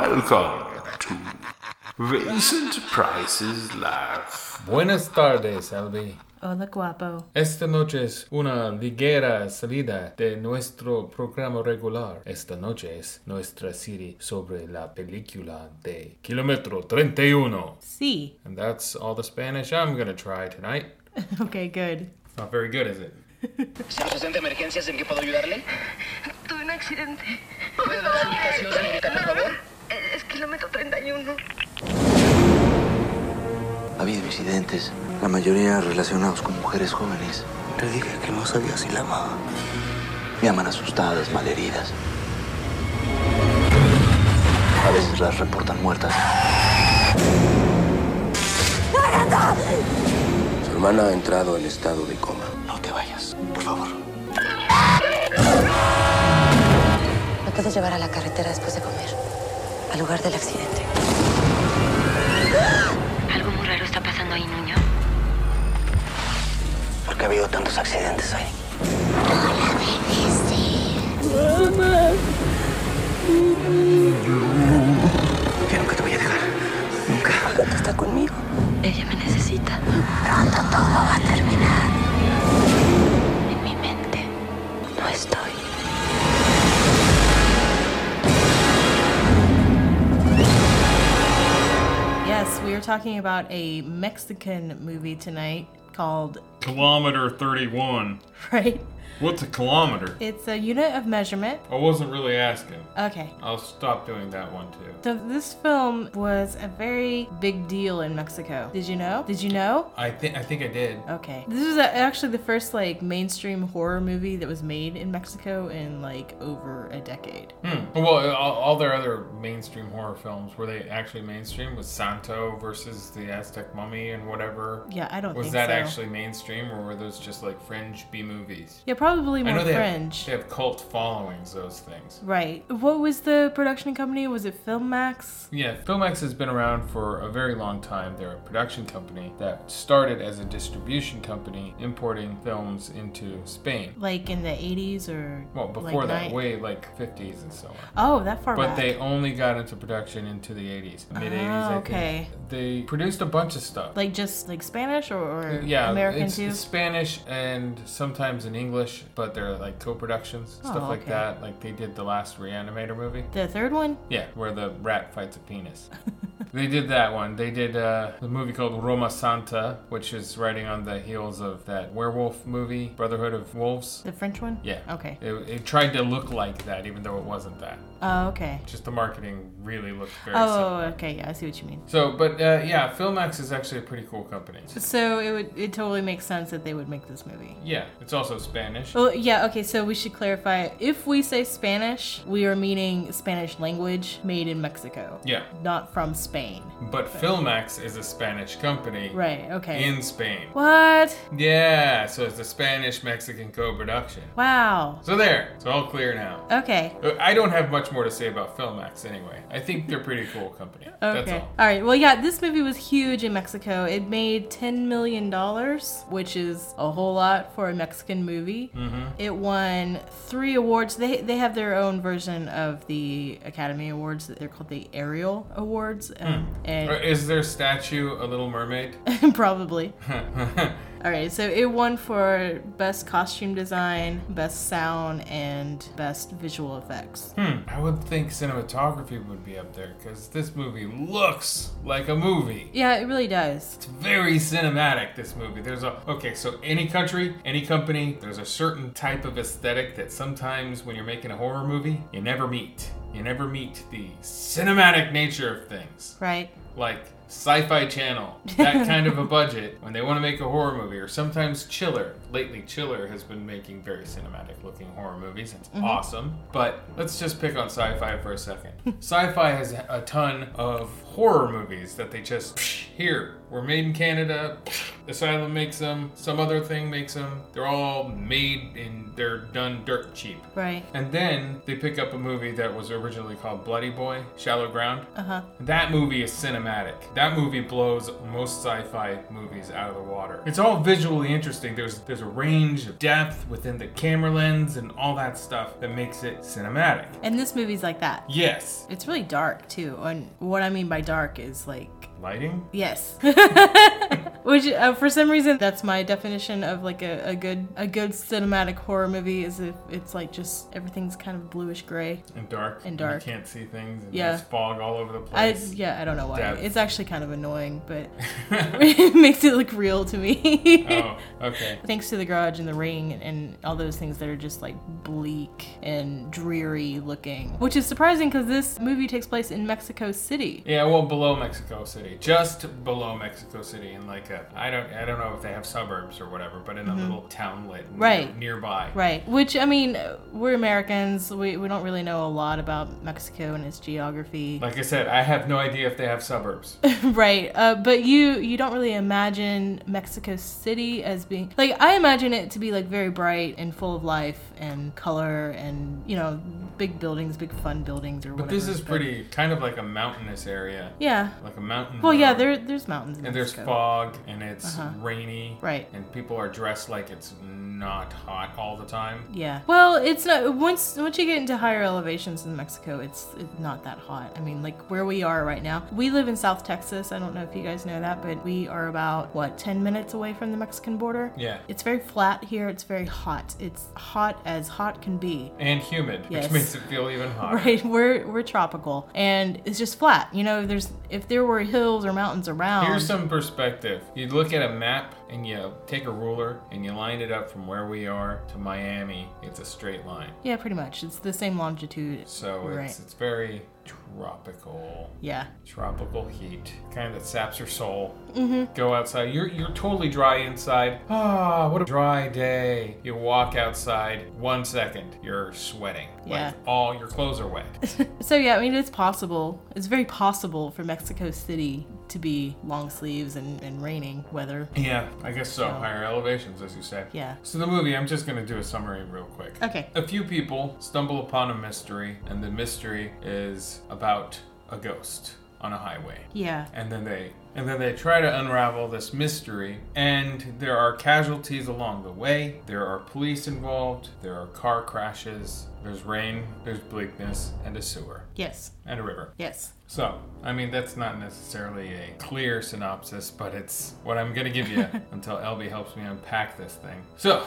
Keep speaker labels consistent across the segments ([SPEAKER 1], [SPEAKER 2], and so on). [SPEAKER 1] Welcome to Vincent Price's Life.
[SPEAKER 2] Buenas tardes, Albi.
[SPEAKER 3] Hola, Oh, guapo.
[SPEAKER 2] Esta noche es una ligera salida de nuestro programa regular. Esta noche es nuestra serie sobre la película de Kilómetro 31.
[SPEAKER 3] Sí.
[SPEAKER 2] And that's all the Spanish I'm gonna try tonight.
[SPEAKER 3] Okay, good.
[SPEAKER 2] It's not very good, is it?
[SPEAKER 4] ¿Señor asistente de emergencias en qué puedo ayudarle?
[SPEAKER 5] Tuve un accidente.
[SPEAKER 4] ¿Puede dar su ubicación, señorita, por favor?
[SPEAKER 5] Eh, Es kilómetro 31.
[SPEAKER 6] Ha habido incidentes, la mayoría relacionados con mujeres jóvenes.
[SPEAKER 7] Te dije que no sabía si la amaba.
[SPEAKER 6] Me aman asustadas, malheridas. A veces las reportan muertas.
[SPEAKER 7] Su hermana ha entrado en estado de coma.
[SPEAKER 6] No te vayas, por favor.
[SPEAKER 8] Me puedes llevar a la carretera después de comer, al lugar del accidente.
[SPEAKER 5] Algo muy raro está pasando ahí, niño.
[SPEAKER 6] Porque ha habido tantos accidentes ahí. Yo nunca te voy a dejar. Nunca.
[SPEAKER 8] Está conmigo.
[SPEAKER 5] Ella me necesita.
[SPEAKER 8] Pronto todo va a terminar. En mi mente no estoy.
[SPEAKER 3] Yes, we are talking about a Mexican movie tonight called,
[SPEAKER 2] Kilometer 31.
[SPEAKER 3] right?
[SPEAKER 2] What's a kilometer?
[SPEAKER 3] It's a unit of measurement.
[SPEAKER 2] I wasn't really asking.
[SPEAKER 3] Okay.
[SPEAKER 2] I'll stop doing that one too.
[SPEAKER 3] So this film was a very big deal in Mexico. Did you know? Did you know?
[SPEAKER 2] I think I think I did.
[SPEAKER 3] Okay. This is a- actually the first like mainstream horror movie that was made in Mexico in like over a decade.
[SPEAKER 2] Hmm. Well, all, all their other mainstream horror films were they actually mainstream? Was Santo versus the Aztec Mummy and whatever?
[SPEAKER 3] Yeah, I don't
[SPEAKER 2] Was
[SPEAKER 3] think
[SPEAKER 2] that
[SPEAKER 3] so.
[SPEAKER 2] actually mainstream, or were those just like fringe B movies?
[SPEAKER 3] Yeah, probably
[SPEAKER 2] I
[SPEAKER 3] more
[SPEAKER 2] know they
[SPEAKER 3] fringe.
[SPEAKER 2] Have, they have cult followings. Those things.
[SPEAKER 3] Right. What was the production company? Was it Filmax?
[SPEAKER 2] Yeah, Filmex has been around for a very long time. They're a production company that started as a distribution company importing films into Spain.
[SPEAKER 3] Like in the 80s or
[SPEAKER 2] Well, before
[SPEAKER 3] like
[SPEAKER 2] that,
[SPEAKER 3] ni-
[SPEAKER 2] way like 50s and so on.
[SPEAKER 3] Oh, that far
[SPEAKER 2] But
[SPEAKER 3] back.
[SPEAKER 2] they only got into production into the 80s, mid 80s.
[SPEAKER 3] Ah,
[SPEAKER 2] I
[SPEAKER 3] okay.
[SPEAKER 2] Think. They produced a bunch of stuff. Uh,
[SPEAKER 3] like just like Spanish or, or
[SPEAKER 2] yeah,
[SPEAKER 3] American
[SPEAKER 2] it's,
[SPEAKER 3] too.
[SPEAKER 2] it's Spanish and sometimes in English, but they're like co-productions, stuff
[SPEAKER 3] Oh,
[SPEAKER 2] like
[SPEAKER 3] okay.
[SPEAKER 2] that. Like they did the last Reanimator movie.
[SPEAKER 3] the third one.
[SPEAKER 2] Yeah, where the rat fights a penis. they did that one. They did uh, the movie called Roma Santa, which is riding on the heels of that werewolf movie, Brotherhood of Wolves.
[SPEAKER 3] The French one.
[SPEAKER 2] Yeah.
[SPEAKER 3] Okay.
[SPEAKER 2] It, it tried to look like that, even though it wasn't that.
[SPEAKER 3] Oh, okay.
[SPEAKER 2] Just the marketing really looked very
[SPEAKER 3] Oh,
[SPEAKER 2] similar.
[SPEAKER 3] okay. Yeah, I see what you mean.
[SPEAKER 2] So, but uh, yeah, Filmax is actually a pretty cool company.
[SPEAKER 3] So it would it totally makes sense that they would make this movie.
[SPEAKER 2] Yeah, it's also Spanish.
[SPEAKER 3] Well, yeah, okay, so we should clarify. If we say Spanish, we are meaning Spanish language made in Mexico,
[SPEAKER 2] Yeah,
[SPEAKER 3] not from Spain.
[SPEAKER 2] but Filmax is a Spanish company
[SPEAKER 3] Right, okay.
[SPEAKER 2] in Spain.
[SPEAKER 3] what?
[SPEAKER 2] Yeah, so it's a Spanish Mexican co production.
[SPEAKER 3] Wow.
[SPEAKER 2] So there, it's all clear now.
[SPEAKER 3] Okay.
[SPEAKER 2] Uh, I don't have much more to say about Filmax anyway. I think they're a pretty cool company. That's
[SPEAKER 3] Okay.
[SPEAKER 2] all.
[SPEAKER 3] All right. Well, yeah, this movie was huge in Mexico. It made $10 million, which is a whole lot for a Mexican movie.
[SPEAKER 2] Mm-hmm.
[SPEAKER 3] It won three awards. They, they have their own version of the Academy Awards. They're called the Ariel Awards. Um,
[SPEAKER 2] Uh,
[SPEAKER 3] And
[SPEAKER 2] Is their statue a Little Mermaid?
[SPEAKER 3] probably. All right. So it won for Best Costume Design, Best Sound, and Best Visual Effects.
[SPEAKER 2] I would think cinematography would be up there because this movie looks like a movie.
[SPEAKER 3] Yeah, it really does.
[SPEAKER 2] It's very cinematic, this movie. There's a. Okay, so any country, any company, there's a certain type of aesthetic that sometimes when you're making a horror movie, you never meet. You never meet the cinematic nature of things.
[SPEAKER 3] Right?
[SPEAKER 2] Like Sci Fi Channel, that kind of a budget when they want to make a horror movie, or sometimes Chiller. Lately, Chiller has been making very cinematic looking horror movies. It's awesome. But let's just pick on Sci Fi for a second. sci Fi has a ton of horror movies that they just, psh, here, we're made in Canada, psh, Asylum makes them, some other thing makes them. They're all made and they're done dirt cheap.
[SPEAKER 3] Right.
[SPEAKER 2] And then they pick
[SPEAKER 3] Uh-huh.
[SPEAKER 2] up a movie that was originally called Bloody Boy, Shallow Ground. Uh huh. That movie is cinematic. That movie blows most sci-fi movies out of the water. It's all visually interesting. There's there's a range of depth within the camera lens and all that stuff that makes it cinematic.
[SPEAKER 3] And this movie's like that.
[SPEAKER 2] Yes.
[SPEAKER 3] It's really dark too. And what I mean by dark is like
[SPEAKER 2] Lighting?
[SPEAKER 3] yes. Which uh, for some reason that's my definition of like a, a good a good cinematic horror movie is if it's like just everything's kind of bluish gray.
[SPEAKER 2] And dark.
[SPEAKER 3] And dark.
[SPEAKER 2] You can't see things. And
[SPEAKER 3] Yeah.
[SPEAKER 2] There's fog all over the
[SPEAKER 3] I
[SPEAKER 2] place.
[SPEAKER 3] yeah, I don't know why.
[SPEAKER 2] Depth.
[SPEAKER 3] It's actually kind of annoying, but it makes it look real to me.
[SPEAKER 2] oh, okay.
[SPEAKER 3] Thanks to the garage and the ring and, and all those things that are just like bleak and dreary looking, which is surprising because this movie takes place in Mexico City.
[SPEAKER 2] Yeah, well, below Mexico City, just below Mexico City, in like a I don't I don't know if they have suburbs or whatever, but in a little townlet near-
[SPEAKER 3] Right.
[SPEAKER 2] nearby.
[SPEAKER 3] Right, which I mean, we're Americans. We, we don't really know a lot about Mexico and its geography.
[SPEAKER 2] Like I said, I have no idea if they have suburbs.
[SPEAKER 3] right, uh, but you you don't really imagine Mexico City as being like I imagine it to be like very bright and full of life and color and you know big buildings, big fun buildings or
[SPEAKER 2] but
[SPEAKER 3] whatever.
[SPEAKER 2] this is pretty kind of like a mountainous area,
[SPEAKER 3] Yeah.
[SPEAKER 2] like a mountain.
[SPEAKER 3] Well, yeah,
[SPEAKER 2] road.
[SPEAKER 3] there there's mountains. In
[SPEAKER 2] and there's
[SPEAKER 3] Mexico. Uh-huh.
[SPEAKER 2] fog and it's rainy,
[SPEAKER 3] Right.
[SPEAKER 2] And people are dressed like it's not hot all the time.
[SPEAKER 3] Yeah. Well, it's not once once you get into higher elevations in Mexico, it's, it's not that hot. I mean, like where we are right now. We live in South Texas. I don't know if you guys know that, but we are about what 10 minutes away from the Mexican border.
[SPEAKER 2] Yeah.
[SPEAKER 3] It's very flat here. It's very hot. It's hot as hot can be.
[SPEAKER 2] And humid,
[SPEAKER 3] Yes.
[SPEAKER 2] which makes it feel even hotter.
[SPEAKER 3] Right, we're we're tropical, and it's just flat. You know, there's if there were hills or mountains around.
[SPEAKER 2] Here's some perspective. You look at a map and you take a ruler and you line it up from where we are to Miami. It's a straight line.
[SPEAKER 3] yeah, pretty much. It's the same longitude.
[SPEAKER 2] So it's,
[SPEAKER 3] Right.
[SPEAKER 2] it's very tropical.
[SPEAKER 3] Yeah.
[SPEAKER 2] Tropical heat. Kind of saps your soul. Mm-hmm. Go outside. You're, you're totally dry inside. Ah, what a dry day. You walk outside. One second, you're sweating.
[SPEAKER 3] Yeah.
[SPEAKER 2] Like all your clothes are wet.
[SPEAKER 3] So yeah, I mean it's possible. It's very possible for Mexico City to be long sleeves and, and raining weather.
[SPEAKER 2] Yeah, I guess so. Higher elevations, as you said.
[SPEAKER 3] Yeah.
[SPEAKER 2] So the movie, I'm just gonna do a summary real quick.
[SPEAKER 3] Okay.
[SPEAKER 2] A few people stumble upon a mystery, and the mystery is about a ghost on a highway.
[SPEAKER 3] Yeah.
[SPEAKER 2] And then they and then they try to unravel this mystery, and there are casualties along the way. There are police involved. There are car crashes. There's rain. There's bleakness, and a sewer
[SPEAKER 3] Yes.
[SPEAKER 2] and a river.
[SPEAKER 3] Yes.
[SPEAKER 2] So, I mean, that's not necessarily a clear synopsis, but it's what I'm going to give you until Elby helps me unpack this thing. So,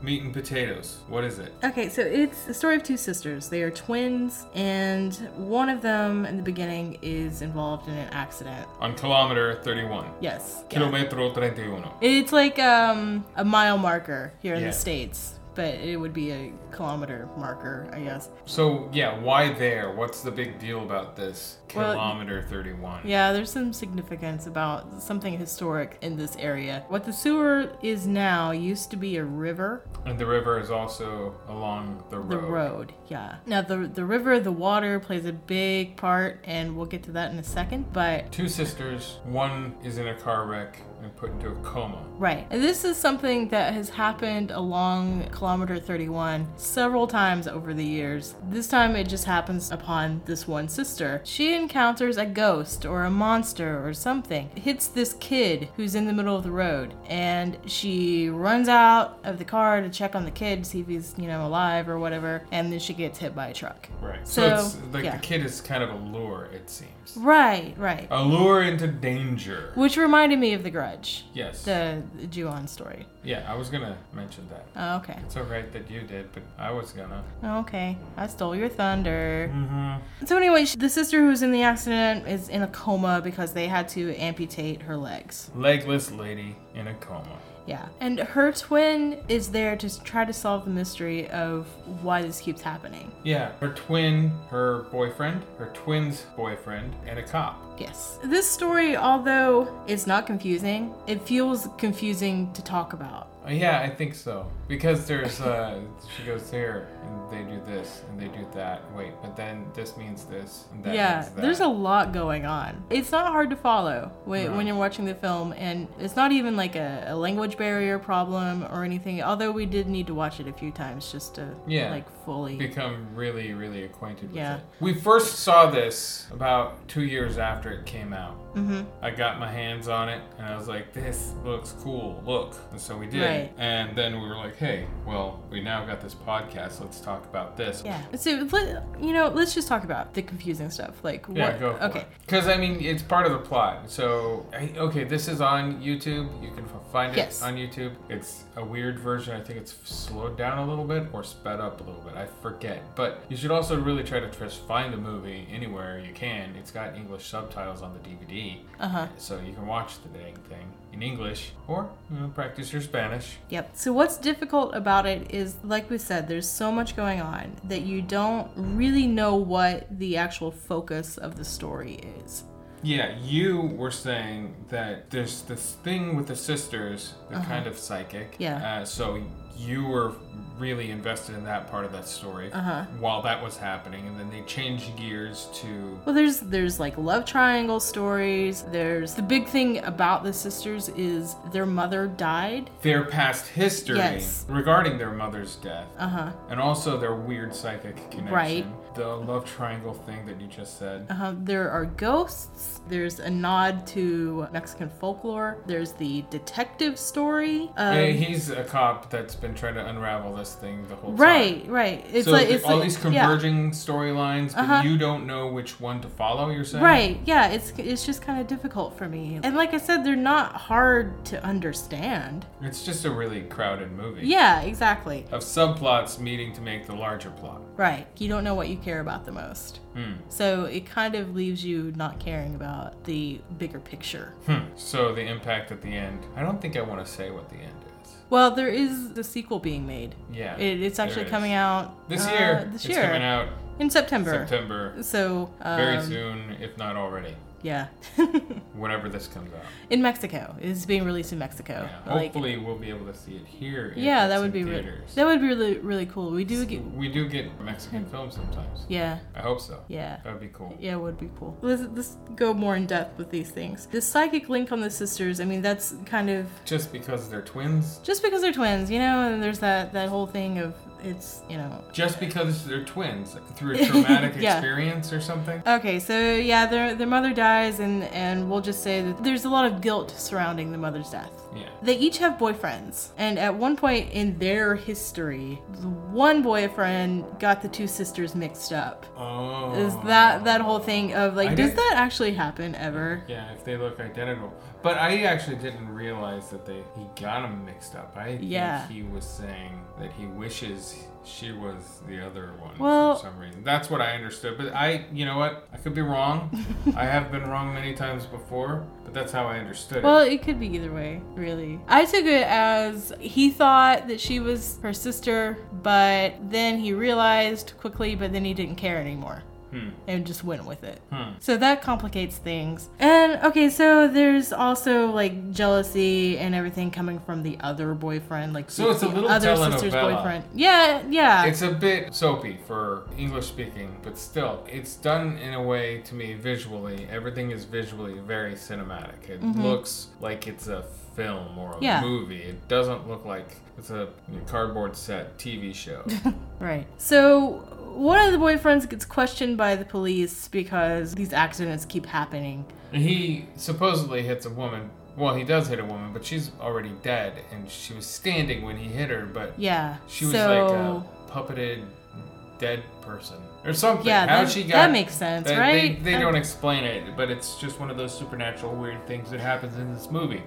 [SPEAKER 2] meat and potatoes. What is it?
[SPEAKER 3] Okay, so it's the story of two sisters. They are twins, and one of them in the beginning is involved in an accident.
[SPEAKER 2] On kilometer 31.
[SPEAKER 3] Yes. Yeah.
[SPEAKER 2] Kilometro 31.
[SPEAKER 3] It's like um, a mile marker here in
[SPEAKER 2] Yeah.
[SPEAKER 3] the states, but it would be a kilometer marker, I guess.
[SPEAKER 2] So, yeah, why there? What's the big deal about this?
[SPEAKER 3] Well,
[SPEAKER 2] Kilometer 31.
[SPEAKER 3] Yeah, there's some significance about something historic in this area. What the sewer is now used to be a river,
[SPEAKER 2] And the river is also along the road.
[SPEAKER 3] the road. Yeah. Now the the river, the water plays a big part, and we'll get to that in a second. But
[SPEAKER 2] Two sisters. One is in a car wreck and put into a coma.
[SPEAKER 3] right, and this is something that has happened along kilometer 31 several times over the years. This time it just happens upon this one sister. She encounters a ghost or a monster or something. It hits this kid who's in the middle of the road, and she runs out of the car to check on the kid to see if he's you know alive or whatever, and then she gets hit by a truck.
[SPEAKER 2] Right.
[SPEAKER 3] So,
[SPEAKER 2] it's like
[SPEAKER 3] yeah.
[SPEAKER 2] the kid is kind of a lure, it seems.
[SPEAKER 3] Right, right.
[SPEAKER 2] A lure into danger.
[SPEAKER 3] Which reminded me of The Grudge,
[SPEAKER 2] Yes.
[SPEAKER 3] the the Ju-on story.
[SPEAKER 2] Yeah, I was gonna mention that.
[SPEAKER 3] Oh, okay.
[SPEAKER 2] It's alright that you did, but I was gonna.
[SPEAKER 3] Oh, okay. I stole your thunder. So, anyway, sh- the sister who was in the accident is in a coma because they had to amputate her legs.
[SPEAKER 2] Legless lady in a coma.
[SPEAKER 3] Yeah. And her twin is there to s- try to solve the mystery of why this keeps happening.
[SPEAKER 2] Yeah, her twin, her boyfriend, her twin's boyfriend, and a cop.
[SPEAKER 3] Yes. This story, although it's not confusing, it feels confusing to talk about.
[SPEAKER 2] Uh, Yeah, I think so. Because there's, uh, she goes here, and they do this, and they do that. Wait, but then this means this, and that
[SPEAKER 3] yeah,
[SPEAKER 2] means that.
[SPEAKER 3] there's a lot going on. It's not hard to follow when, when you're watching the film, and it's not even like a, a language barrier problem or anything. Although we did need to watch it a few times just to
[SPEAKER 2] Yeah.
[SPEAKER 3] like fully.
[SPEAKER 2] become really, really acquainted with
[SPEAKER 3] Yeah.
[SPEAKER 2] it. We first saw this about two years after it came out. Mm-hmm. I got my hands on it and I was like, this looks cool, look. And so we did.
[SPEAKER 3] Right.
[SPEAKER 2] And then we were like, hey, well, we now got this podcast, let's talk about this.
[SPEAKER 3] yeah. So let, you know, let's just talk about the confusing stuff. Like
[SPEAKER 2] Yeah,
[SPEAKER 3] what?
[SPEAKER 2] go for
[SPEAKER 3] okay.
[SPEAKER 2] Because, I mean, it's part of the plot. So, I- okay, this is on YouTube. You can f- find it
[SPEAKER 3] Yes.
[SPEAKER 2] on YouTube. It's a weird version. I think it's slowed down a little bit or sped up a little bit. I forget. But you should also really try to just find the movie anywhere you can. It's got English subtitles on the DVD. Uh-huh. So you can watch the dang thing in English or you know, practice your Spanish.
[SPEAKER 3] Yep. So what's difficult about it is, like we said, there's so much going on that you don't really know what the actual focus of the story is.
[SPEAKER 2] Yeah, you were saying that there's this thing with the sisters, they're kind of psychic.
[SPEAKER 3] Uh-huh. Yeah.
[SPEAKER 2] Uh, so you were really invested in that part of that story uh-huh. while that was happening, and then they changed gears to.
[SPEAKER 3] Well, there's there's like love triangle stories. There's the big thing about the sisters is their mother died.
[SPEAKER 2] Their past history
[SPEAKER 3] Yes.
[SPEAKER 2] regarding their mother's death,
[SPEAKER 3] Uh-huh.
[SPEAKER 2] and also their weird psychic connection.
[SPEAKER 3] Right.
[SPEAKER 2] The love triangle thing that you just said.
[SPEAKER 3] Uh, there are ghosts. There's a nod to Mexican folklore. There's the detective story. Um,
[SPEAKER 2] Hey, he's a cop that's been trying to unravel this thing the whole time.
[SPEAKER 3] right, right. It's
[SPEAKER 2] so
[SPEAKER 3] like
[SPEAKER 2] th-
[SPEAKER 3] it's
[SPEAKER 2] all
[SPEAKER 3] like-
[SPEAKER 2] these
[SPEAKER 3] yeah. Uh-huh.
[SPEAKER 2] converging storylines, but you don't know which one to follow. You're saying,
[SPEAKER 3] Right, yeah, it's it's just kind of difficult for me. And like I said, they're not hard to understand.
[SPEAKER 2] It's just a really crowded movie.
[SPEAKER 3] Yeah, exactly.
[SPEAKER 2] Of subplots meeting to make the larger plot.
[SPEAKER 3] Right. You don't know what you care about the most.
[SPEAKER 2] Hmm.
[SPEAKER 3] So it kind of leaves you not caring about the bigger picture.
[SPEAKER 2] Hmm. So the impact at the end. I don't think I want to say what the end is.
[SPEAKER 3] Well, there is the sequel being made.
[SPEAKER 2] Yeah,
[SPEAKER 3] It, it's
[SPEAKER 2] there
[SPEAKER 3] actually
[SPEAKER 2] is.
[SPEAKER 3] coming out
[SPEAKER 2] This
[SPEAKER 3] uh,
[SPEAKER 2] year.
[SPEAKER 3] This
[SPEAKER 2] it's
[SPEAKER 3] year.
[SPEAKER 2] coming out
[SPEAKER 3] in September.
[SPEAKER 2] September.
[SPEAKER 3] So um,
[SPEAKER 2] Very soon, if not already.
[SPEAKER 3] Yeah.
[SPEAKER 2] Whenever this comes out.
[SPEAKER 3] in Mexico. It's being released in Mexico.
[SPEAKER 2] Yeah.
[SPEAKER 3] Like-
[SPEAKER 2] Hopefully, we'll be able to see it here. if
[SPEAKER 3] yeah, that
[SPEAKER 2] it's
[SPEAKER 3] would be
[SPEAKER 2] in
[SPEAKER 3] re-
[SPEAKER 2] theaters.
[SPEAKER 3] that would be really really cool. We do get
[SPEAKER 2] we do get Mexican films sometimes.
[SPEAKER 3] yeah.
[SPEAKER 2] I hope so.
[SPEAKER 3] Yeah.
[SPEAKER 2] That would be cool.
[SPEAKER 3] Yeah, it would be cool. Let's, let's go more in depth with these things. The psychic link on the sisters, I mean, that's kind of
[SPEAKER 2] Just because they're twins
[SPEAKER 3] just because they're twins, you know, and there's that, that whole thing of it's, you know.
[SPEAKER 2] just because they're twins through a traumatic
[SPEAKER 3] Yeah.
[SPEAKER 2] experience or something.
[SPEAKER 3] Okay, so yeah, their, their mother dies, and, and we'll just say that there's a lot of guilt surrounding the mother's death.
[SPEAKER 2] Yeah.
[SPEAKER 3] They each have boyfriends, and at one point in their history, the one boyfriend got the two sisters mixed up.
[SPEAKER 2] Oh.
[SPEAKER 3] Is that that whole thing of like,
[SPEAKER 2] I
[SPEAKER 3] does
[SPEAKER 2] didn't-
[SPEAKER 3] that actually happen ever?
[SPEAKER 2] Yeah, if they look identical. But I actually didn't realize that they he got them mixed up. I think
[SPEAKER 3] Yeah.
[SPEAKER 2] he was saying that he wishes she was the other one
[SPEAKER 3] Well-
[SPEAKER 2] for some reason. That's what I understood. But I, you know what? I could be wrong. I have been wrong many times before, but that's how I understood
[SPEAKER 3] Well,
[SPEAKER 2] it.
[SPEAKER 3] it could be either way, really. I took it as he thought that she was her sister, but then he realized quickly, but then he didn't care anymore.
[SPEAKER 2] Hmm.
[SPEAKER 3] And just went with it. So that complicates things. And okay, so there's also like jealousy and everything coming from the other boyfriend, like
[SPEAKER 2] So
[SPEAKER 3] the,
[SPEAKER 2] it's a
[SPEAKER 3] the
[SPEAKER 2] little
[SPEAKER 3] other sister's
[SPEAKER 2] telenovela.
[SPEAKER 3] boyfriend. Yeah, yeah.
[SPEAKER 2] It's a bit soapy for English speaking, but still, it's done in a way to me visually. Everything is visually very cinematic. It looks like it's a film or a
[SPEAKER 3] Mm-hmm. Yeah.
[SPEAKER 2] movie. It doesn't look like it's a cardboard set TV show.
[SPEAKER 3] Right. So one of the boyfriends gets questioned by the police because these accidents keep happening.
[SPEAKER 2] he supposedly hits a woman. Well, he does hit a woman, but she's already dead, and she was standing when he hit her, but
[SPEAKER 3] Yeah.
[SPEAKER 2] she was
[SPEAKER 3] so...
[SPEAKER 2] like a puppeted dead person or something.
[SPEAKER 3] Yeah,
[SPEAKER 2] How
[SPEAKER 3] that-
[SPEAKER 2] she got
[SPEAKER 3] that makes sense,
[SPEAKER 2] they-
[SPEAKER 3] right?
[SPEAKER 2] They,
[SPEAKER 3] That-
[SPEAKER 2] don't explain it, but it's just one of those supernatural weird things that happens in this movie.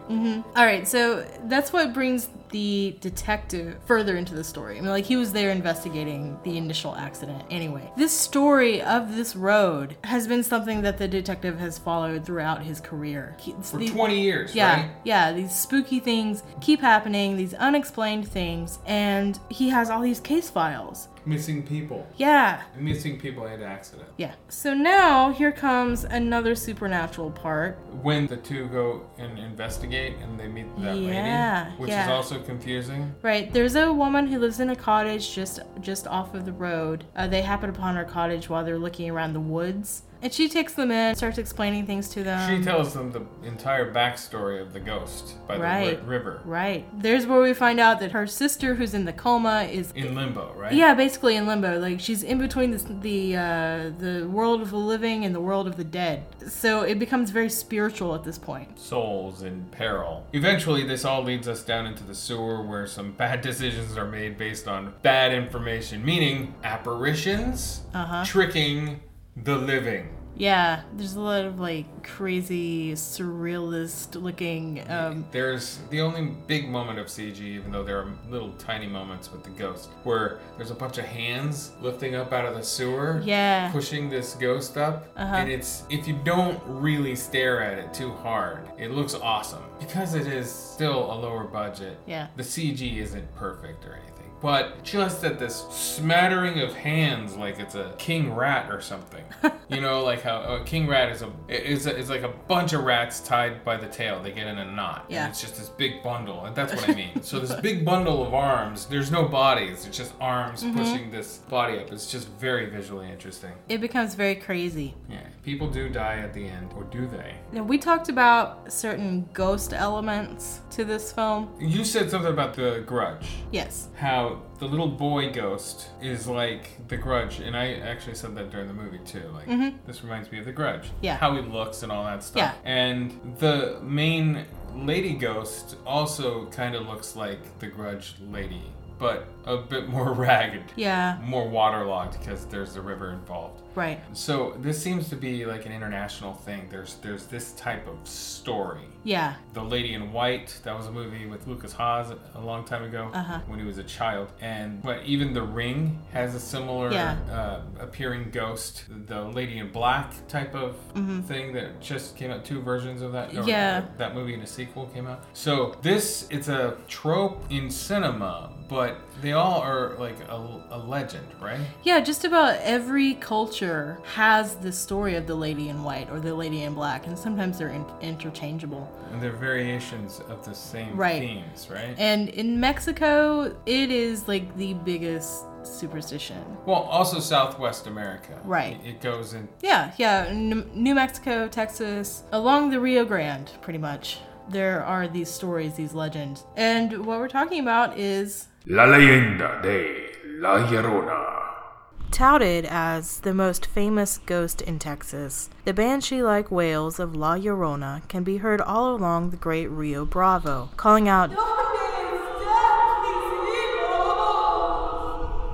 [SPEAKER 3] All right, so that's what brings the detective further into the story. I mean, like he was there investigating the initial accident anyway. This story of this road has been something that the detective has followed throughout his career. He-
[SPEAKER 2] For
[SPEAKER 3] the-
[SPEAKER 2] 20 years,
[SPEAKER 3] Yeah,
[SPEAKER 2] right?
[SPEAKER 3] yeah. These spooky things keep happening, these unexplained things, and he has all these case files.
[SPEAKER 2] Missing people.
[SPEAKER 3] Yeah.
[SPEAKER 2] Missing people and accident.
[SPEAKER 3] Yeah. So now here comes another supernatural part.
[SPEAKER 2] When the two go and investigate and they meet that
[SPEAKER 3] Yeah,
[SPEAKER 2] lady, which
[SPEAKER 3] yeah.
[SPEAKER 2] is also confusing.
[SPEAKER 3] Right, there's a woman who lives in a cottage just just off of the road. Uh, they happen upon her cottage while they're looking around the woods, and she takes them in, starts explaining things to them.
[SPEAKER 2] She tells them the entire backstory of the ghost by the
[SPEAKER 3] Right.
[SPEAKER 2] ri- river
[SPEAKER 3] right, there's where we find out that her sister, who's in the coma, is
[SPEAKER 2] in limbo, right?
[SPEAKER 3] yeah, basically in limbo. Like she's in between this, the uh, the world of the living and the world of the dead. So it becomes very spiritual at this point.
[SPEAKER 2] Souls in peril. Eventually, this all leads us down into the sewer where some bad decisions are made based on bad information, meaning apparitions
[SPEAKER 3] Uh-huh.
[SPEAKER 2] tricking the living.
[SPEAKER 3] Yeah, there's a lot of like crazy surrealist looking. Um,
[SPEAKER 2] There's the only big moment of CG, even though there are little tiny moments with the ghost, where there's a bunch of hands lifting up out of the sewer,
[SPEAKER 3] Yeah. Uh-huh.
[SPEAKER 2] pushing this ghost up, and it's if you don't really stare at it too hard, it looks awesome because it is still a lower budget.
[SPEAKER 3] Yeah.
[SPEAKER 2] the CG isn't perfect or anything, but just that this smattering of hands, like it's a king rat or something. you know, like how a king rat is a is a, is like a bunch of rats tied by the tail. They get in a knot.
[SPEAKER 3] Yeah.
[SPEAKER 2] And it's just this big bundle, and that's what I mean. so this big bundle of arms. There's no bodies. It's just arms pushing this body up. It's just very visually interesting.
[SPEAKER 3] it becomes very crazy.
[SPEAKER 2] Yeah. People do die at the end, or do they?
[SPEAKER 3] Now, we talked about certain ghost elements to this film.
[SPEAKER 2] You said something about the grudge.
[SPEAKER 3] Yes.
[SPEAKER 2] how the little boy ghost is like the grudge and i actually said that during the movie too like this reminds me of the grudge
[SPEAKER 3] Mm-hmm. Yeah.
[SPEAKER 2] how he looks and all that stuff
[SPEAKER 3] Yeah.
[SPEAKER 2] and the main lady ghost also kind of looks like the grudge lady but a bit more ragged
[SPEAKER 3] Yeah.
[SPEAKER 2] more waterlogged because there's the river involved
[SPEAKER 3] Right.
[SPEAKER 2] so this seems to be like an international thing there's there's this type of story
[SPEAKER 3] Yeah.
[SPEAKER 2] the Lady in White, that was a movie with Lucas Haas a long time ago
[SPEAKER 3] Uh-huh.
[SPEAKER 2] when he was a child. And but even The Ring has a similar
[SPEAKER 3] Yeah.
[SPEAKER 2] uh, appearing ghost, the Lady in Black type of thing that just came out. Two versions of that.
[SPEAKER 3] Mm-hmm. Yeah.
[SPEAKER 2] That movie and a sequel came out. So this, it's a trope in cinema, but they all are like a, a legend, right?
[SPEAKER 3] Yeah, just about every culture has the story of the lady in white or the lady in black, and sometimes they're in- interchangeable.
[SPEAKER 2] And they're variations of the same
[SPEAKER 3] Right.
[SPEAKER 2] themes, right?
[SPEAKER 3] And in Mexico, it is like the biggest superstition.
[SPEAKER 2] well, also Southwest America.
[SPEAKER 3] Right.
[SPEAKER 2] It goes in
[SPEAKER 3] Yeah, yeah. N- New Mexico, Texas, along the Rio Grande, pretty much. There are these stories, these legends. And what we're talking about is
[SPEAKER 1] La leyenda de La Llorona.
[SPEAKER 3] Touted as the most famous ghost in Texas, the banshee like wails of La Llorona can be heard all along the great Rio Bravo, calling out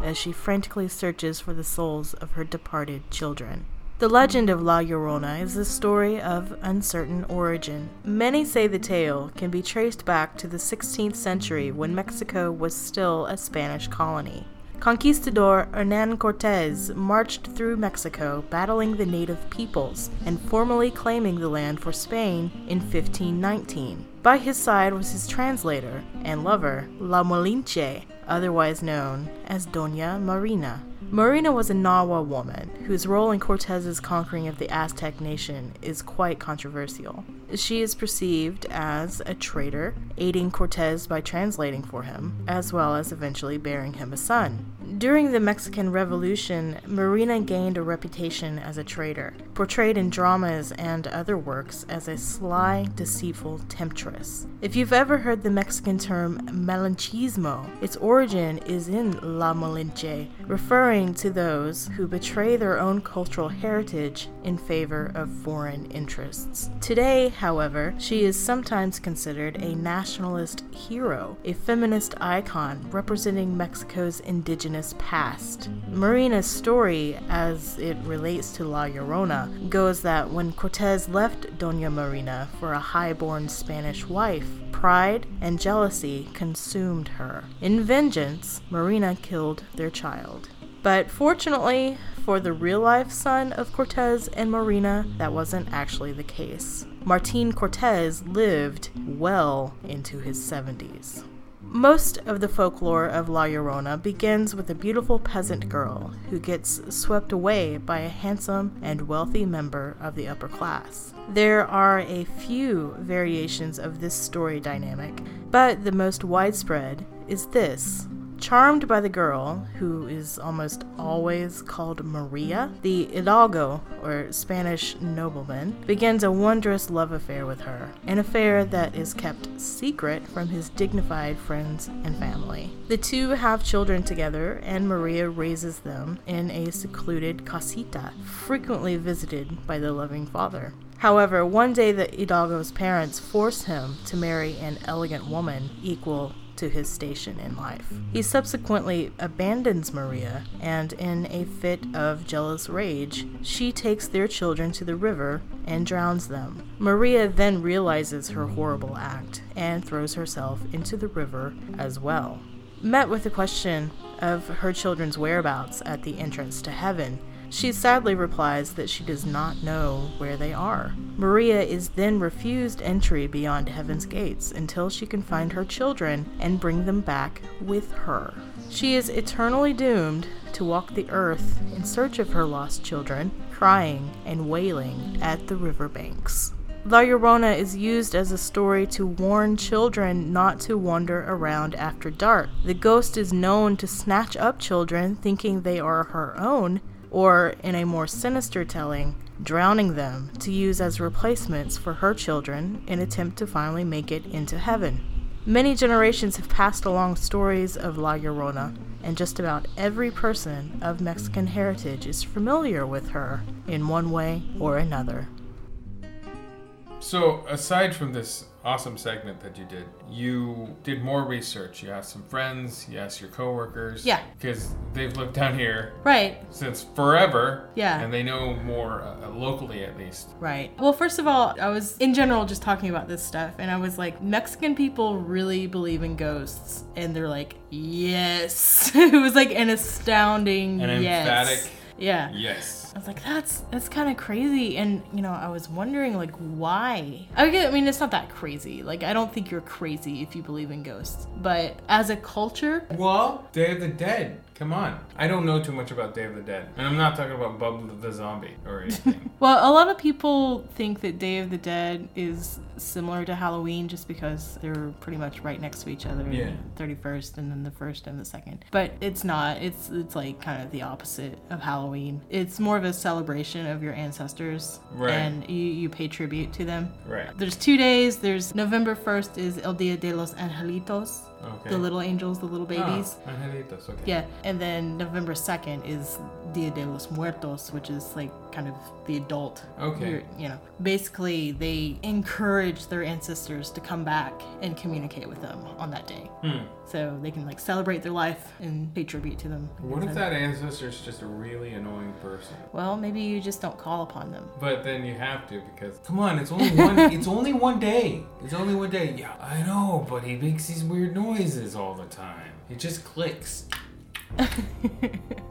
[SPEAKER 3] as she frantically searches for the souls of her departed children. The legend of La Llorona is a story of uncertain origin. Many say the tale can be traced back to the 16th century when Mexico was still a Spanish colony. Conquistador Hernan Cortes marched through Mexico, battling the native peoples and formally claiming the land for Spain in 1519. By his side was his translator and lover, La Molinche, otherwise known as Doña Marina. Marina was a Nahua woman whose role in Cortez's conquering of the Aztec nation is quite controversial. She is perceived as a traitor, aiding Cortez by translating for him, as well as eventually bearing him a son. During the Mexican Revolution, Marina gained a reputation as a traitor, portrayed in dramas and other works as a sly, deceitful temptress. If you've ever heard the Mexican term malinchismo, its origin is in La Malinche, referring to those who betray their own cultural heritage in favor of foreign interests. Today, however, she is sometimes considered a nationalist hero, a feminist icon representing Mexico's indigenous past. Marina's story, as it relates to La Llorona, goes that when Cortez left Doña Marina for a highborn Spanish wife, pride and jealousy consumed her. In vengeance, Marina killed their child. But fortunately for the real life son of Cortez and Marina, that wasn't actually the case. Martin Cortez lived well into his 70s. Most of the folklore of La Llorona begins with a beautiful peasant girl who gets swept away by a handsome and wealthy member of the upper class. There are a few variations of this story dynamic, but the most widespread is this. Charmed by the girl, who is almost always called Maria, the Hidalgo, or Spanish nobleman, begins a wondrous love affair with her, an affair that is kept secret from his dignified friends and family. The two have children together, and Maria raises them in a secluded casita, frequently visited by the loving father. However, one day the Hidalgo's parents force him to marry an elegant woman equal to his station in life. He subsequently abandons Maria, and in a fit of jealous rage, she takes their children to the river and drowns them. Maria then realizes her horrible act and throws herself into the river as well. Met with the question of her children's whereabouts at the entrance to heaven, she sadly replies that she does not know where they are. Maria is then refused entry beyond heaven's gates until she can find her children and bring them back with her. She is eternally doomed to walk the earth in search of her lost children, crying and wailing at the riverbanks. La Llorona is used as a story to warn children not to wander around after dark. The ghost is known to snatch up children thinking they are her own or in a more sinister telling, drowning them to use as replacements for her children in attempt to finally make it into heaven. Many generations have passed along stories of La Llorona, and just about every person of Mexican heritage is familiar with her in one way or another.
[SPEAKER 2] So, aside from this awesome segment that you did, you did more research. You asked some friends, you asked your coworkers.
[SPEAKER 3] Yeah.
[SPEAKER 2] Because they've lived down here
[SPEAKER 3] Right,
[SPEAKER 2] since forever.
[SPEAKER 3] Yeah.
[SPEAKER 2] And they know more uh, locally, at least.
[SPEAKER 3] Right. Well, first of all, I was in general just talking about this stuff, and I was like, Mexican people really believe in ghosts, and they're like, yes. it was like an astounding
[SPEAKER 2] An
[SPEAKER 3] yes.
[SPEAKER 2] emphatic-
[SPEAKER 3] Yeah.
[SPEAKER 2] Yes.
[SPEAKER 3] I was like, that's that's kind of crazy, and you know, I was wondering like why. I get- I mean, it's not that crazy. Like, I don't think you're crazy if you believe in ghosts, but as a culture,
[SPEAKER 2] Well, Day of the Dead. Come on. I don't know too much about Day of the Dead. And I'm not talking about Bub the Zombie or anything.
[SPEAKER 3] Well, a lot of people think that Day of the Dead is similar to Halloween just because they're pretty much right next to each other.
[SPEAKER 2] Yeah.
[SPEAKER 3] 31st and then the 1st and the 2nd. But it's not. It's it's like kind of the opposite of Halloween. It's more of a celebration of your ancestors
[SPEAKER 2] Right.
[SPEAKER 3] and you, you pay tribute to them.
[SPEAKER 2] right.
[SPEAKER 3] There's two days. There's November 1st is El Dia de los Angelitos,
[SPEAKER 2] Okay.
[SPEAKER 3] the little angels, the little babies.
[SPEAKER 2] Ah, angelitos, okay.
[SPEAKER 3] Yeah, and then November 2nd is Dia de los Muertos, which is like kind of the adult.
[SPEAKER 2] Okay.
[SPEAKER 3] you're- You know, basically they encourage their ancestors to come back and communicate with them on that day.
[SPEAKER 2] Hmm.
[SPEAKER 3] So they can like celebrate their life and pay tribute to them.
[SPEAKER 2] What if that ancestor's just a really annoying person?
[SPEAKER 3] Well, maybe you just don't call upon them.
[SPEAKER 2] But then you have to because come on, it's only one. it's only one day. It's only one day. Yeah, I know, but he makes these weird noises all the time. It just clicks.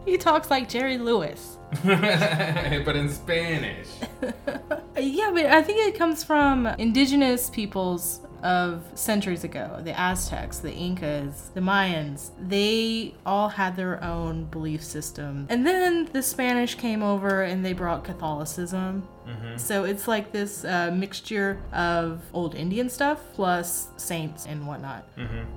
[SPEAKER 3] He talks like Jerry Lewis.
[SPEAKER 2] but in Spanish.
[SPEAKER 3] Uh, Yeah, but I think it comes from indigenous peoples of centuries ago. The Aztecs, the Incas, the Mayans, they all had their own belief system. And then the Spanish came over and they brought Catholicism. So it's like this uh, mixture of old Indian stuff plus saints and whatnot,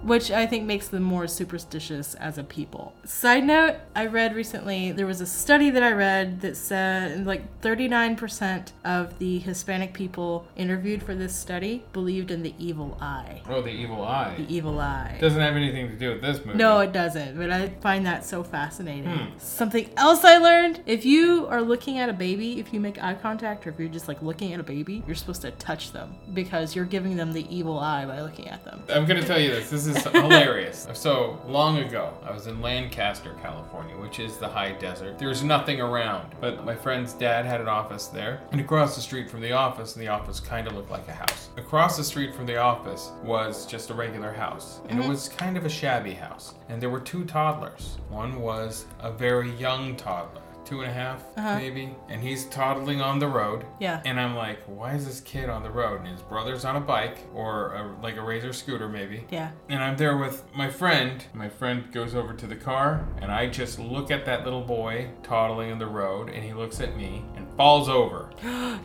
[SPEAKER 3] which I think makes them more superstitious as a people. Side note, I read recently there was a study that I read that said like 39% of the Hispanic people interviewed for this study believed in the evil eye.
[SPEAKER 2] Oh, the evil eye.
[SPEAKER 3] The evil eye.
[SPEAKER 2] Doesn't have anything to do with this movie.
[SPEAKER 3] No, it doesn't, but I find that so fascinating. Something else I learned if you are looking at a baby, if you make eye contact, or if you're just like looking at a baby, you're supposed to touch them because you're giving them the evil eye by looking at them.
[SPEAKER 2] I'm gonna tell you this. This is hilarious. So long ago, I was in Lancaster, California, which is the high desert. There's nothing around, but my friend's dad had an office there, and across the street from the office, and the office kind of looked like a house. Across the street from the office was just a regular house, and it was kind of a shabby house. And there were two toddlers. One was a very young toddler. two and a half, maybe, and he's toddling on the road.
[SPEAKER 3] Yeah.
[SPEAKER 2] And I'm like, why is this kid on the road? And his brother's on a bike or a, like a razor scooter, maybe.
[SPEAKER 3] Yeah.
[SPEAKER 2] And I'm there with my friend. My friend goes over to the car, and I just look at that little boy toddling on the road, and he looks at me and falls over.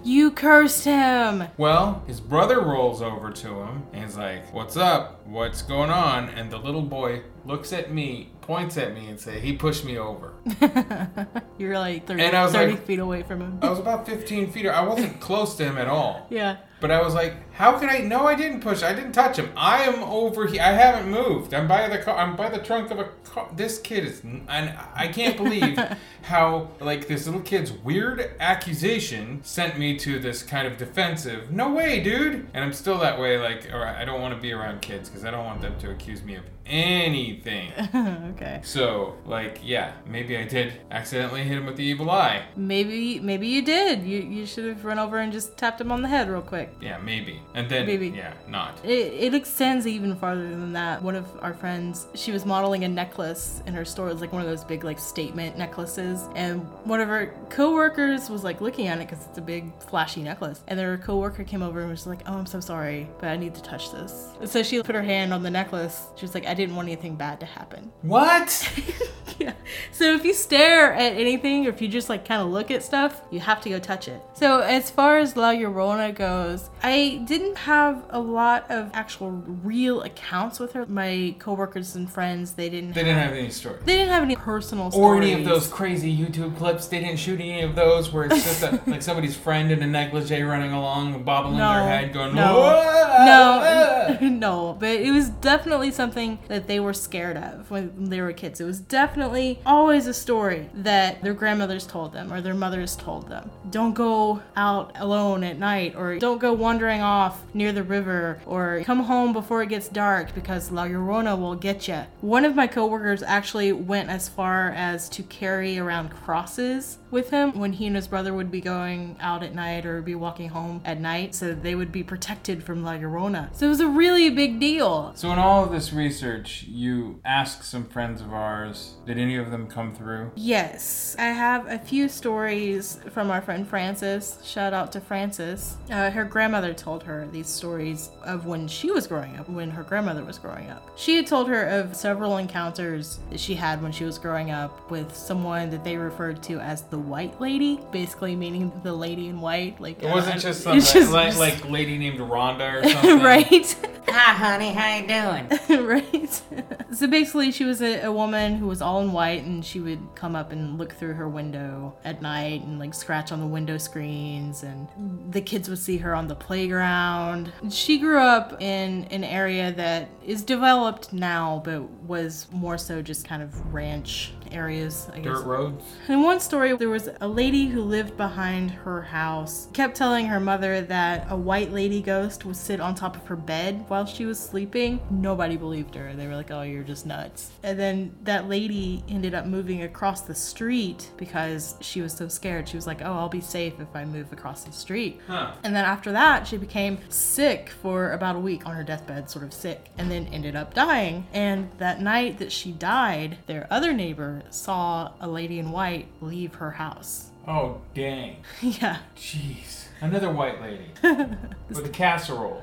[SPEAKER 3] You cursed him.
[SPEAKER 2] Well, his brother rolls over to him and he's like, "What's up? What's going on?" And the little boy looks at me, points at me, and say, "He pushed me over."
[SPEAKER 3] You're like 30,
[SPEAKER 2] And I was
[SPEAKER 3] 30
[SPEAKER 2] like- oh.
[SPEAKER 3] feet away from him.
[SPEAKER 2] I was about 15 feet. I wasn't close to him at all.
[SPEAKER 3] Yeah.
[SPEAKER 2] But I was like, "How can I? No, I didn't push. I didn't touch him. I am over here. I haven't moved. I'm by the car. I'm by the trunk of a car. This kid is. n- And I can't believe how like this little kid's weird accusation sent me to this kind of defensive. No way, dude. And I'm still that way. Like, all right, I don't want to be around kids because I don't want them to accuse me of anything.
[SPEAKER 3] okay.
[SPEAKER 2] so, like, yeah, maybe I did accidentally hit him with the evil eye.
[SPEAKER 3] Maybe maybe you did. You you should have run over and just tapped him on the head real quick.
[SPEAKER 2] Yeah, maybe. And then
[SPEAKER 3] Maybe.
[SPEAKER 2] yeah, not.
[SPEAKER 3] It, it extends even farther than that. One of our friends, she was modeling a necklace in her store. It was like one of those big like statement necklaces. And one of her coworkers was like looking at it because it's a big flashy necklace. And then her coworker came over and was like, "Oh, I'm so sorry, but I need to touch this." So she put her hand on the necklace. She was like, "I didn't want anything bad to happen."
[SPEAKER 2] What?
[SPEAKER 3] yeah. So if you stare at anything, or if you just like kind of look at stuff, you have to go touch it. So as far as La Llorona goes, I didn't have a lot of actual real accounts with her. My coworkers and friends, they didn't.
[SPEAKER 2] They didn't have any stories.
[SPEAKER 3] they didn't have any personal
[SPEAKER 2] or
[SPEAKER 3] stories.
[SPEAKER 2] any of those crazy YouTube clips. They didn't shoot any of those where it's just a, like somebody's friend in a negligee running along and bobbling their
[SPEAKER 3] No,
[SPEAKER 2] head going,
[SPEAKER 3] no,
[SPEAKER 2] "Whoa,
[SPEAKER 3] no,
[SPEAKER 2] whoa."
[SPEAKER 3] no. But it was definitely something that they were scared of when they were kids. It was definitely always a story that their grandmothers told them or their mothers told them. Don't go out alone at night, or don't go wandering off near the river, or come home before it gets dark because La Llorona will get you. One of my coworkers actually went as far as to carry around crosses with him when he and his brother would be going out at night or be walking home at night so they would be protected from La Llorona. So it was a really big deal.
[SPEAKER 2] So in all of this research, you ask some friends of ours, did any of them come through?
[SPEAKER 3] Yes, I have a few stories from our friend Frances. Shout out to Frances. Uh, her grandmother told her these stories of when she was growing up, when her grandmother was growing up. She had told her of several encounters that she had when she was growing up with someone that they referred to as the White Lady, basically meaning the lady in white. Like
[SPEAKER 2] It wasn't just
[SPEAKER 3] uh,
[SPEAKER 2] some
[SPEAKER 3] it's just-
[SPEAKER 2] like, like lady named Rhonda or something.
[SPEAKER 3] right.
[SPEAKER 8] Hi, honey. How you doing?
[SPEAKER 3] right? so basically, she was a, a woman who was all in white, and she would come up and look through her window at night and like scratch on the window screens, and the kids would see her on the playground. She grew up in an area that is developed now, but was more so just kind of ranch areas, I guess.
[SPEAKER 2] Dirt roads.
[SPEAKER 3] In one story, there was a lady who lived behind her house. Kept telling her mother that a white lady ghost would sit on top of her bed while she was sleeping. Nobody believed her. They were like, oh, you're just nuts. And then that lady ended up moving across the street because she was so scared. She was like, oh, I'll be safe if I move across the street. And then after that, she became sick for about a week on her deathbed, sort of sick, and then ended up dying. And that night that she died, their other neighbor saw a lady in white leave her house.
[SPEAKER 2] Oh dang.
[SPEAKER 3] yeah.
[SPEAKER 2] Jeez. Another white lady. With a casserole.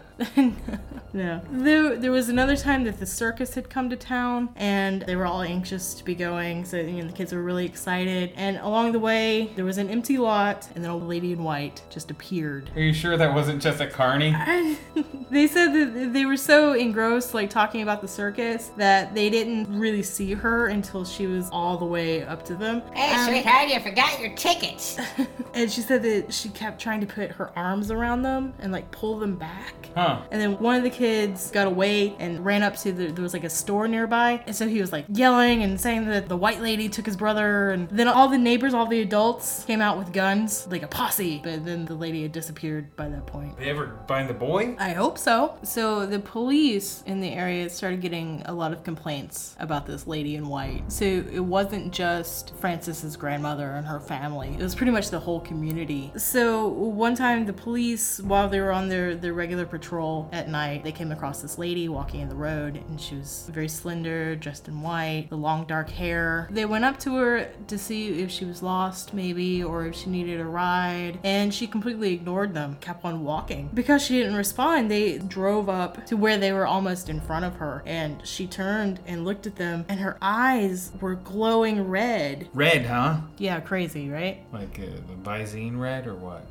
[SPEAKER 3] No. There, there was another time that the circus had come to town and they were all anxious to be going. So, you know, the kids were really excited. And along the way, there was an empty lot and then a lady in white just appeared.
[SPEAKER 2] Are you sure that wasn't just a carny?
[SPEAKER 3] they said that they were so engrossed like talking about the circus that they didn't really see her until she was all the way up to them
[SPEAKER 8] Hey, sweetheart, you forgot your tickets.
[SPEAKER 3] and she said that she kept trying to put her arms around them and like pull them back
[SPEAKER 2] Huh.
[SPEAKER 3] and then one of the kids got away and ran up to the, there was like a store nearby. And so he was like yelling and saying that the white lady took his brother. And then all the neighbors, all the adults came out with guns, like a posse. But then the lady had disappeared by that point.
[SPEAKER 2] They ever find the boy?
[SPEAKER 3] I hope so. So the police in the area started getting a lot of complaints about this lady in white. So it wasn't just Frances's grandmother and her family. It was pretty much the whole community. So one one time the police, while they were on their, their regular patrol at night, they came across this lady walking in the road and she was very slender, dressed in white, the long dark hair. They went up to her to see if she was lost, maybe, or if she needed a ride, and she completely ignored them, kept on walking. Because she didn't respond, they drove up to where they were almost in front of her, and she turned and looked at them, and her eyes were glowing red.
[SPEAKER 2] Red, huh?
[SPEAKER 3] Yeah, crazy, right?
[SPEAKER 2] Like uh, the Visine red or what?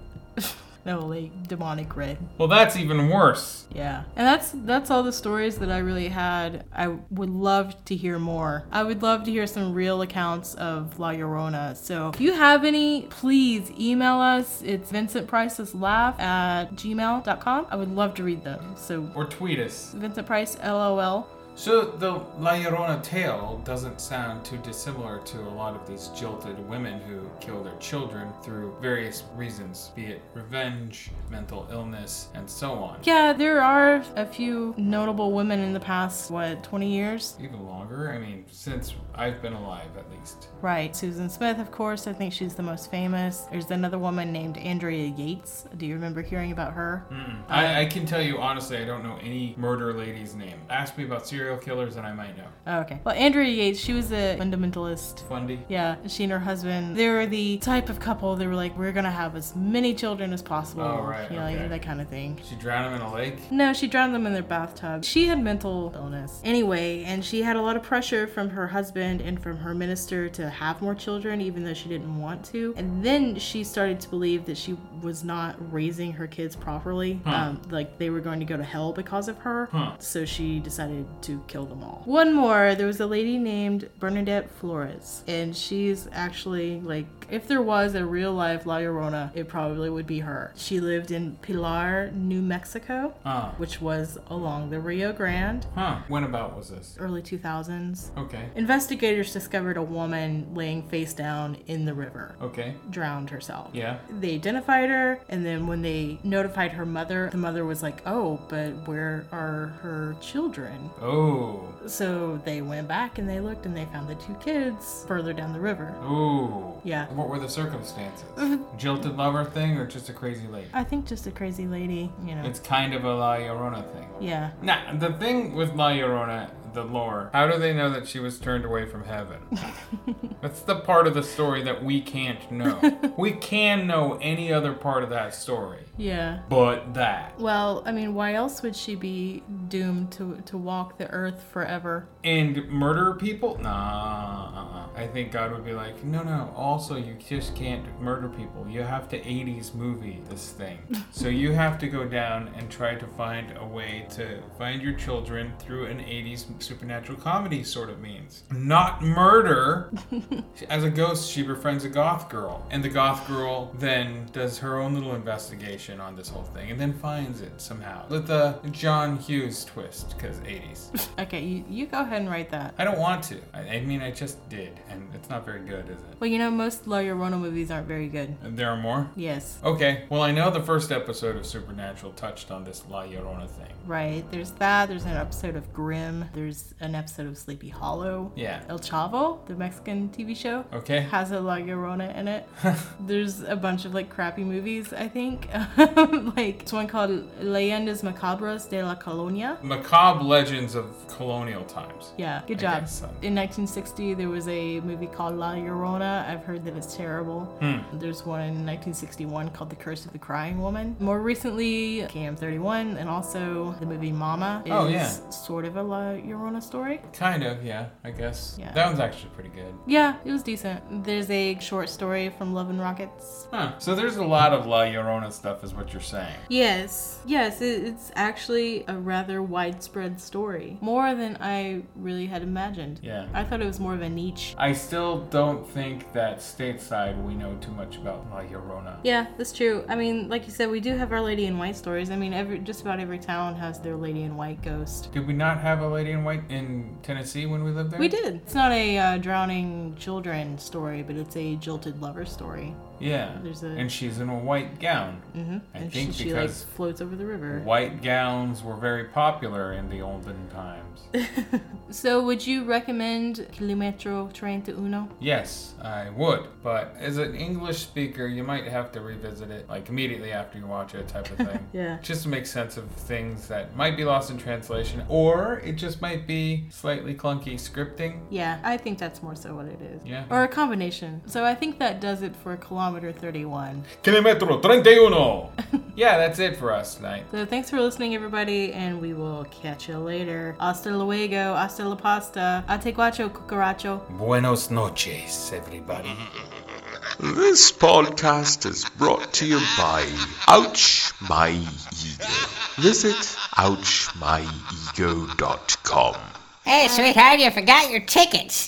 [SPEAKER 3] No, like demonic red.
[SPEAKER 2] Well, that's even worse.
[SPEAKER 3] Yeah. And that's that's all the stories that I really had. I would love to hear more. I would love to hear some real accounts of La Llorona. So if you have any, please email us. It's vincentpriceslaugh at gmail.com. I would love to read them. So
[SPEAKER 2] Or tweet us.
[SPEAKER 3] Vincent Price, LOL.
[SPEAKER 2] So the La Llorona tale doesn't sound too dissimilar to a lot of these jilted women who kill their children through various reasons, be it revenge, mental illness, and so on.
[SPEAKER 3] Yeah, there are a few notable women in the past, what, 20 years?
[SPEAKER 2] Even longer? I mean, since I've been alive at least.
[SPEAKER 3] Right. Susan Smith, of course, I think she's the most famous. There's another woman named Andrea Yates. Do you remember hearing about her?
[SPEAKER 2] Mm-mm. I, I can tell you honestly, I don't know any murder lady's name. Ask me about serial serial killers and I might know.
[SPEAKER 3] Oh, okay. Well, Andrea Yates, she was a fundamentalist.
[SPEAKER 2] Fundy.
[SPEAKER 3] Yeah, she and her husband, they were the type of couple they were like, we're gonna have as many children as possible.
[SPEAKER 2] Oh, right,
[SPEAKER 3] You know,
[SPEAKER 2] okay.
[SPEAKER 3] like, that kind of thing.
[SPEAKER 2] She drowned him in a lake.
[SPEAKER 3] No, she drowned them in their bathtub. She had mental illness. Anyway, and she had a lot of pressure from her husband and from her minister to have more children, even though she didn't want to. And then she started to believe that she was not raising her kids properly. Um, like they were going to go to hell because of her. So she decided to kill them all. One more, there was a lady named Bernadette Flores, and she's actually like, if there was a real life La Llorona, it probably would be her. She lived in Pilar, New Mexico
[SPEAKER 2] Ah.
[SPEAKER 3] which was along the Rio Grande,
[SPEAKER 2] Huh. When about was this?
[SPEAKER 3] early 2000s.
[SPEAKER 2] Okay.
[SPEAKER 3] Investigators discovered a woman laying face down in the river,
[SPEAKER 2] Okay.
[SPEAKER 3] drowned herself.
[SPEAKER 2] Yeah.
[SPEAKER 3] They identified her, and then when they notified her mother, the mother was like, Oh, but where are her children?
[SPEAKER 2] Oh.
[SPEAKER 3] So they went back and they looked and they found the two kids further down the river.
[SPEAKER 2] Ooh.
[SPEAKER 3] Yeah.
[SPEAKER 2] What were the circumstances? Jilted lover thing or just a crazy lady?
[SPEAKER 3] I think just a crazy lady, you know.
[SPEAKER 2] It's kind of a La Llorona thing.
[SPEAKER 3] Yeah.
[SPEAKER 2] Nah, the thing with La Llorona, the lore, how do they know that she was turned away from heaven? That's the part of the story that we can't know. we can know any other part of that story,
[SPEAKER 3] Yeah.
[SPEAKER 2] but that.
[SPEAKER 3] Well, I mean, why else would she be doomed to, to walk the earth forever?
[SPEAKER 2] And murder people? Nah. I think God would be like, no, no. Also, you just can't murder people. You have to 80s movie this thing. so you have to go down and try to find a way to find your children through an 80s supernatural comedy sort of means. Not murder. As a ghost, she befriends a goth girl. And the goth girl then does her own little investigation on this whole thing and then finds it somehow. With a John Hughes twist, because 80s.
[SPEAKER 3] Okay, you, you go ahead and write that.
[SPEAKER 2] I don't want to. I, I mean, I just did, and it's not very good, is it?
[SPEAKER 3] Well, you know, most La Llorona movies aren't very good.
[SPEAKER 2] And there are more?
[SPEAKER 3] Yes,
[SPEAKER 2] Okay, well, I know the first episode of Supernatural touched on this La Llorona thing.
[SPEAKER 3] right. There's that. There's an episode of Grimm. There's an episode of Sleepy Hollow.
[SPEAKER 2] Yeah.
[SPEAKER 3] El Chavo, the Mexican TV show,
[SPEAKER 2] Okay?
[SPEAKER 3] has a La Llorona in it. There's a bunch of like crappy movies, I think. like, it's one called Leyendas Macabras de la Colonia.
[SPEAKER 2] Macabre legends of colonial times.
[SPEAKER 3] Yeah, good
[SPEAKER 2] I
[SPEAKER 3] job.
[SPEAKER 2] guess so.
[SPEAKER 3] In 1960, there was a movie called La Llorona. I've heard that it's terrible.
[SPEAKER 2] Hmm.
[SPEAKER 3] There's one in 1961 called The Curse of the Crying Woman. More recently, KM31 and also the movie Mama is
[SPEAKER 2] Oh, yeah.
[SPEAKER 3] sort of a La Llorona story.
[SPEAKER 2] Kind of, yeah, I guess.
[SPEAKER 3] Yeah.
[SPEAKER 2] That one's actually pretty good.
[SPEAKER 3] Yeah, it was decent. There's a short story from Love and Rockets.
[SPEAKER 2] Huh. So there's a lot of La Llorona stuff, is what you're saying.
[SPEAKER 3] Yes, yes, it, it's actually a rather widespread story. More than I really had imagined.
[SPEAKER 2] Yeah.
[SPEAKER 3] I thought it was more of a niche.
[SPEAKER 2] I still don't think that stateside we know too much about La Llorona.
[SPEAKER 3] Yeah, that's true. I mean, like you said, we do have our Lady in White stories. I mean, every just about every town has their Lady in White ghost.
[SPEAKER 2] Did we not have a lady in white in Tennessee when we lived there?
[SPEAKER 3] We did. It's not a uh, drowning children story, but it's a jilted lover story.
[SPEAKER 2] Yeah.
[SPEAKER 3] There's a-
[SPEAKER 2] And she's in a white gown. Mm-hmm. I
[SPEAKER 3] and she,
[SPEAKER 2] think
[SPEAKER 3] she like
[SPEAKER 2] because
[SPEAKER 3] floats over the river.
[SPEAKER 2] white gowns were very popular in the olden times.
[SPEAKER 3] So would you recommend Kilometro 31?
[SPEAKER 2] yes, I would. But as an English speaker, you might have to revisit it like immediately after you watch it, type of thing.
[SPEAKER 3] Yeah.
[SPEAKER 2] Just to make sense of things that might be lost in translation, or it just might be slightly clunky scripting.
[SPEAKER 3] Yeah, I think that's more so what it is.
[SPEAKER 2] Yeah.
[SPEAKER 3] Or a combination. So I think that does it for Kilometer 31.
[SPEAKER 2] Kilometro 31! yeah, that's it for us tonight.
[SPEAKER 3] So thanks for listening, everybody, and we will catch you later. Hasta luego, hasta la pasta, ate guacho, cucaracho.
[SPEAKER 2] Buenos noches, everybody.
[SPEAKER 9] This podcast is brought to you by Ouch My Ego. Visit ouchmyego.com.
[SPEAKER 8] Hey, sweetheart, you forgot your tickets.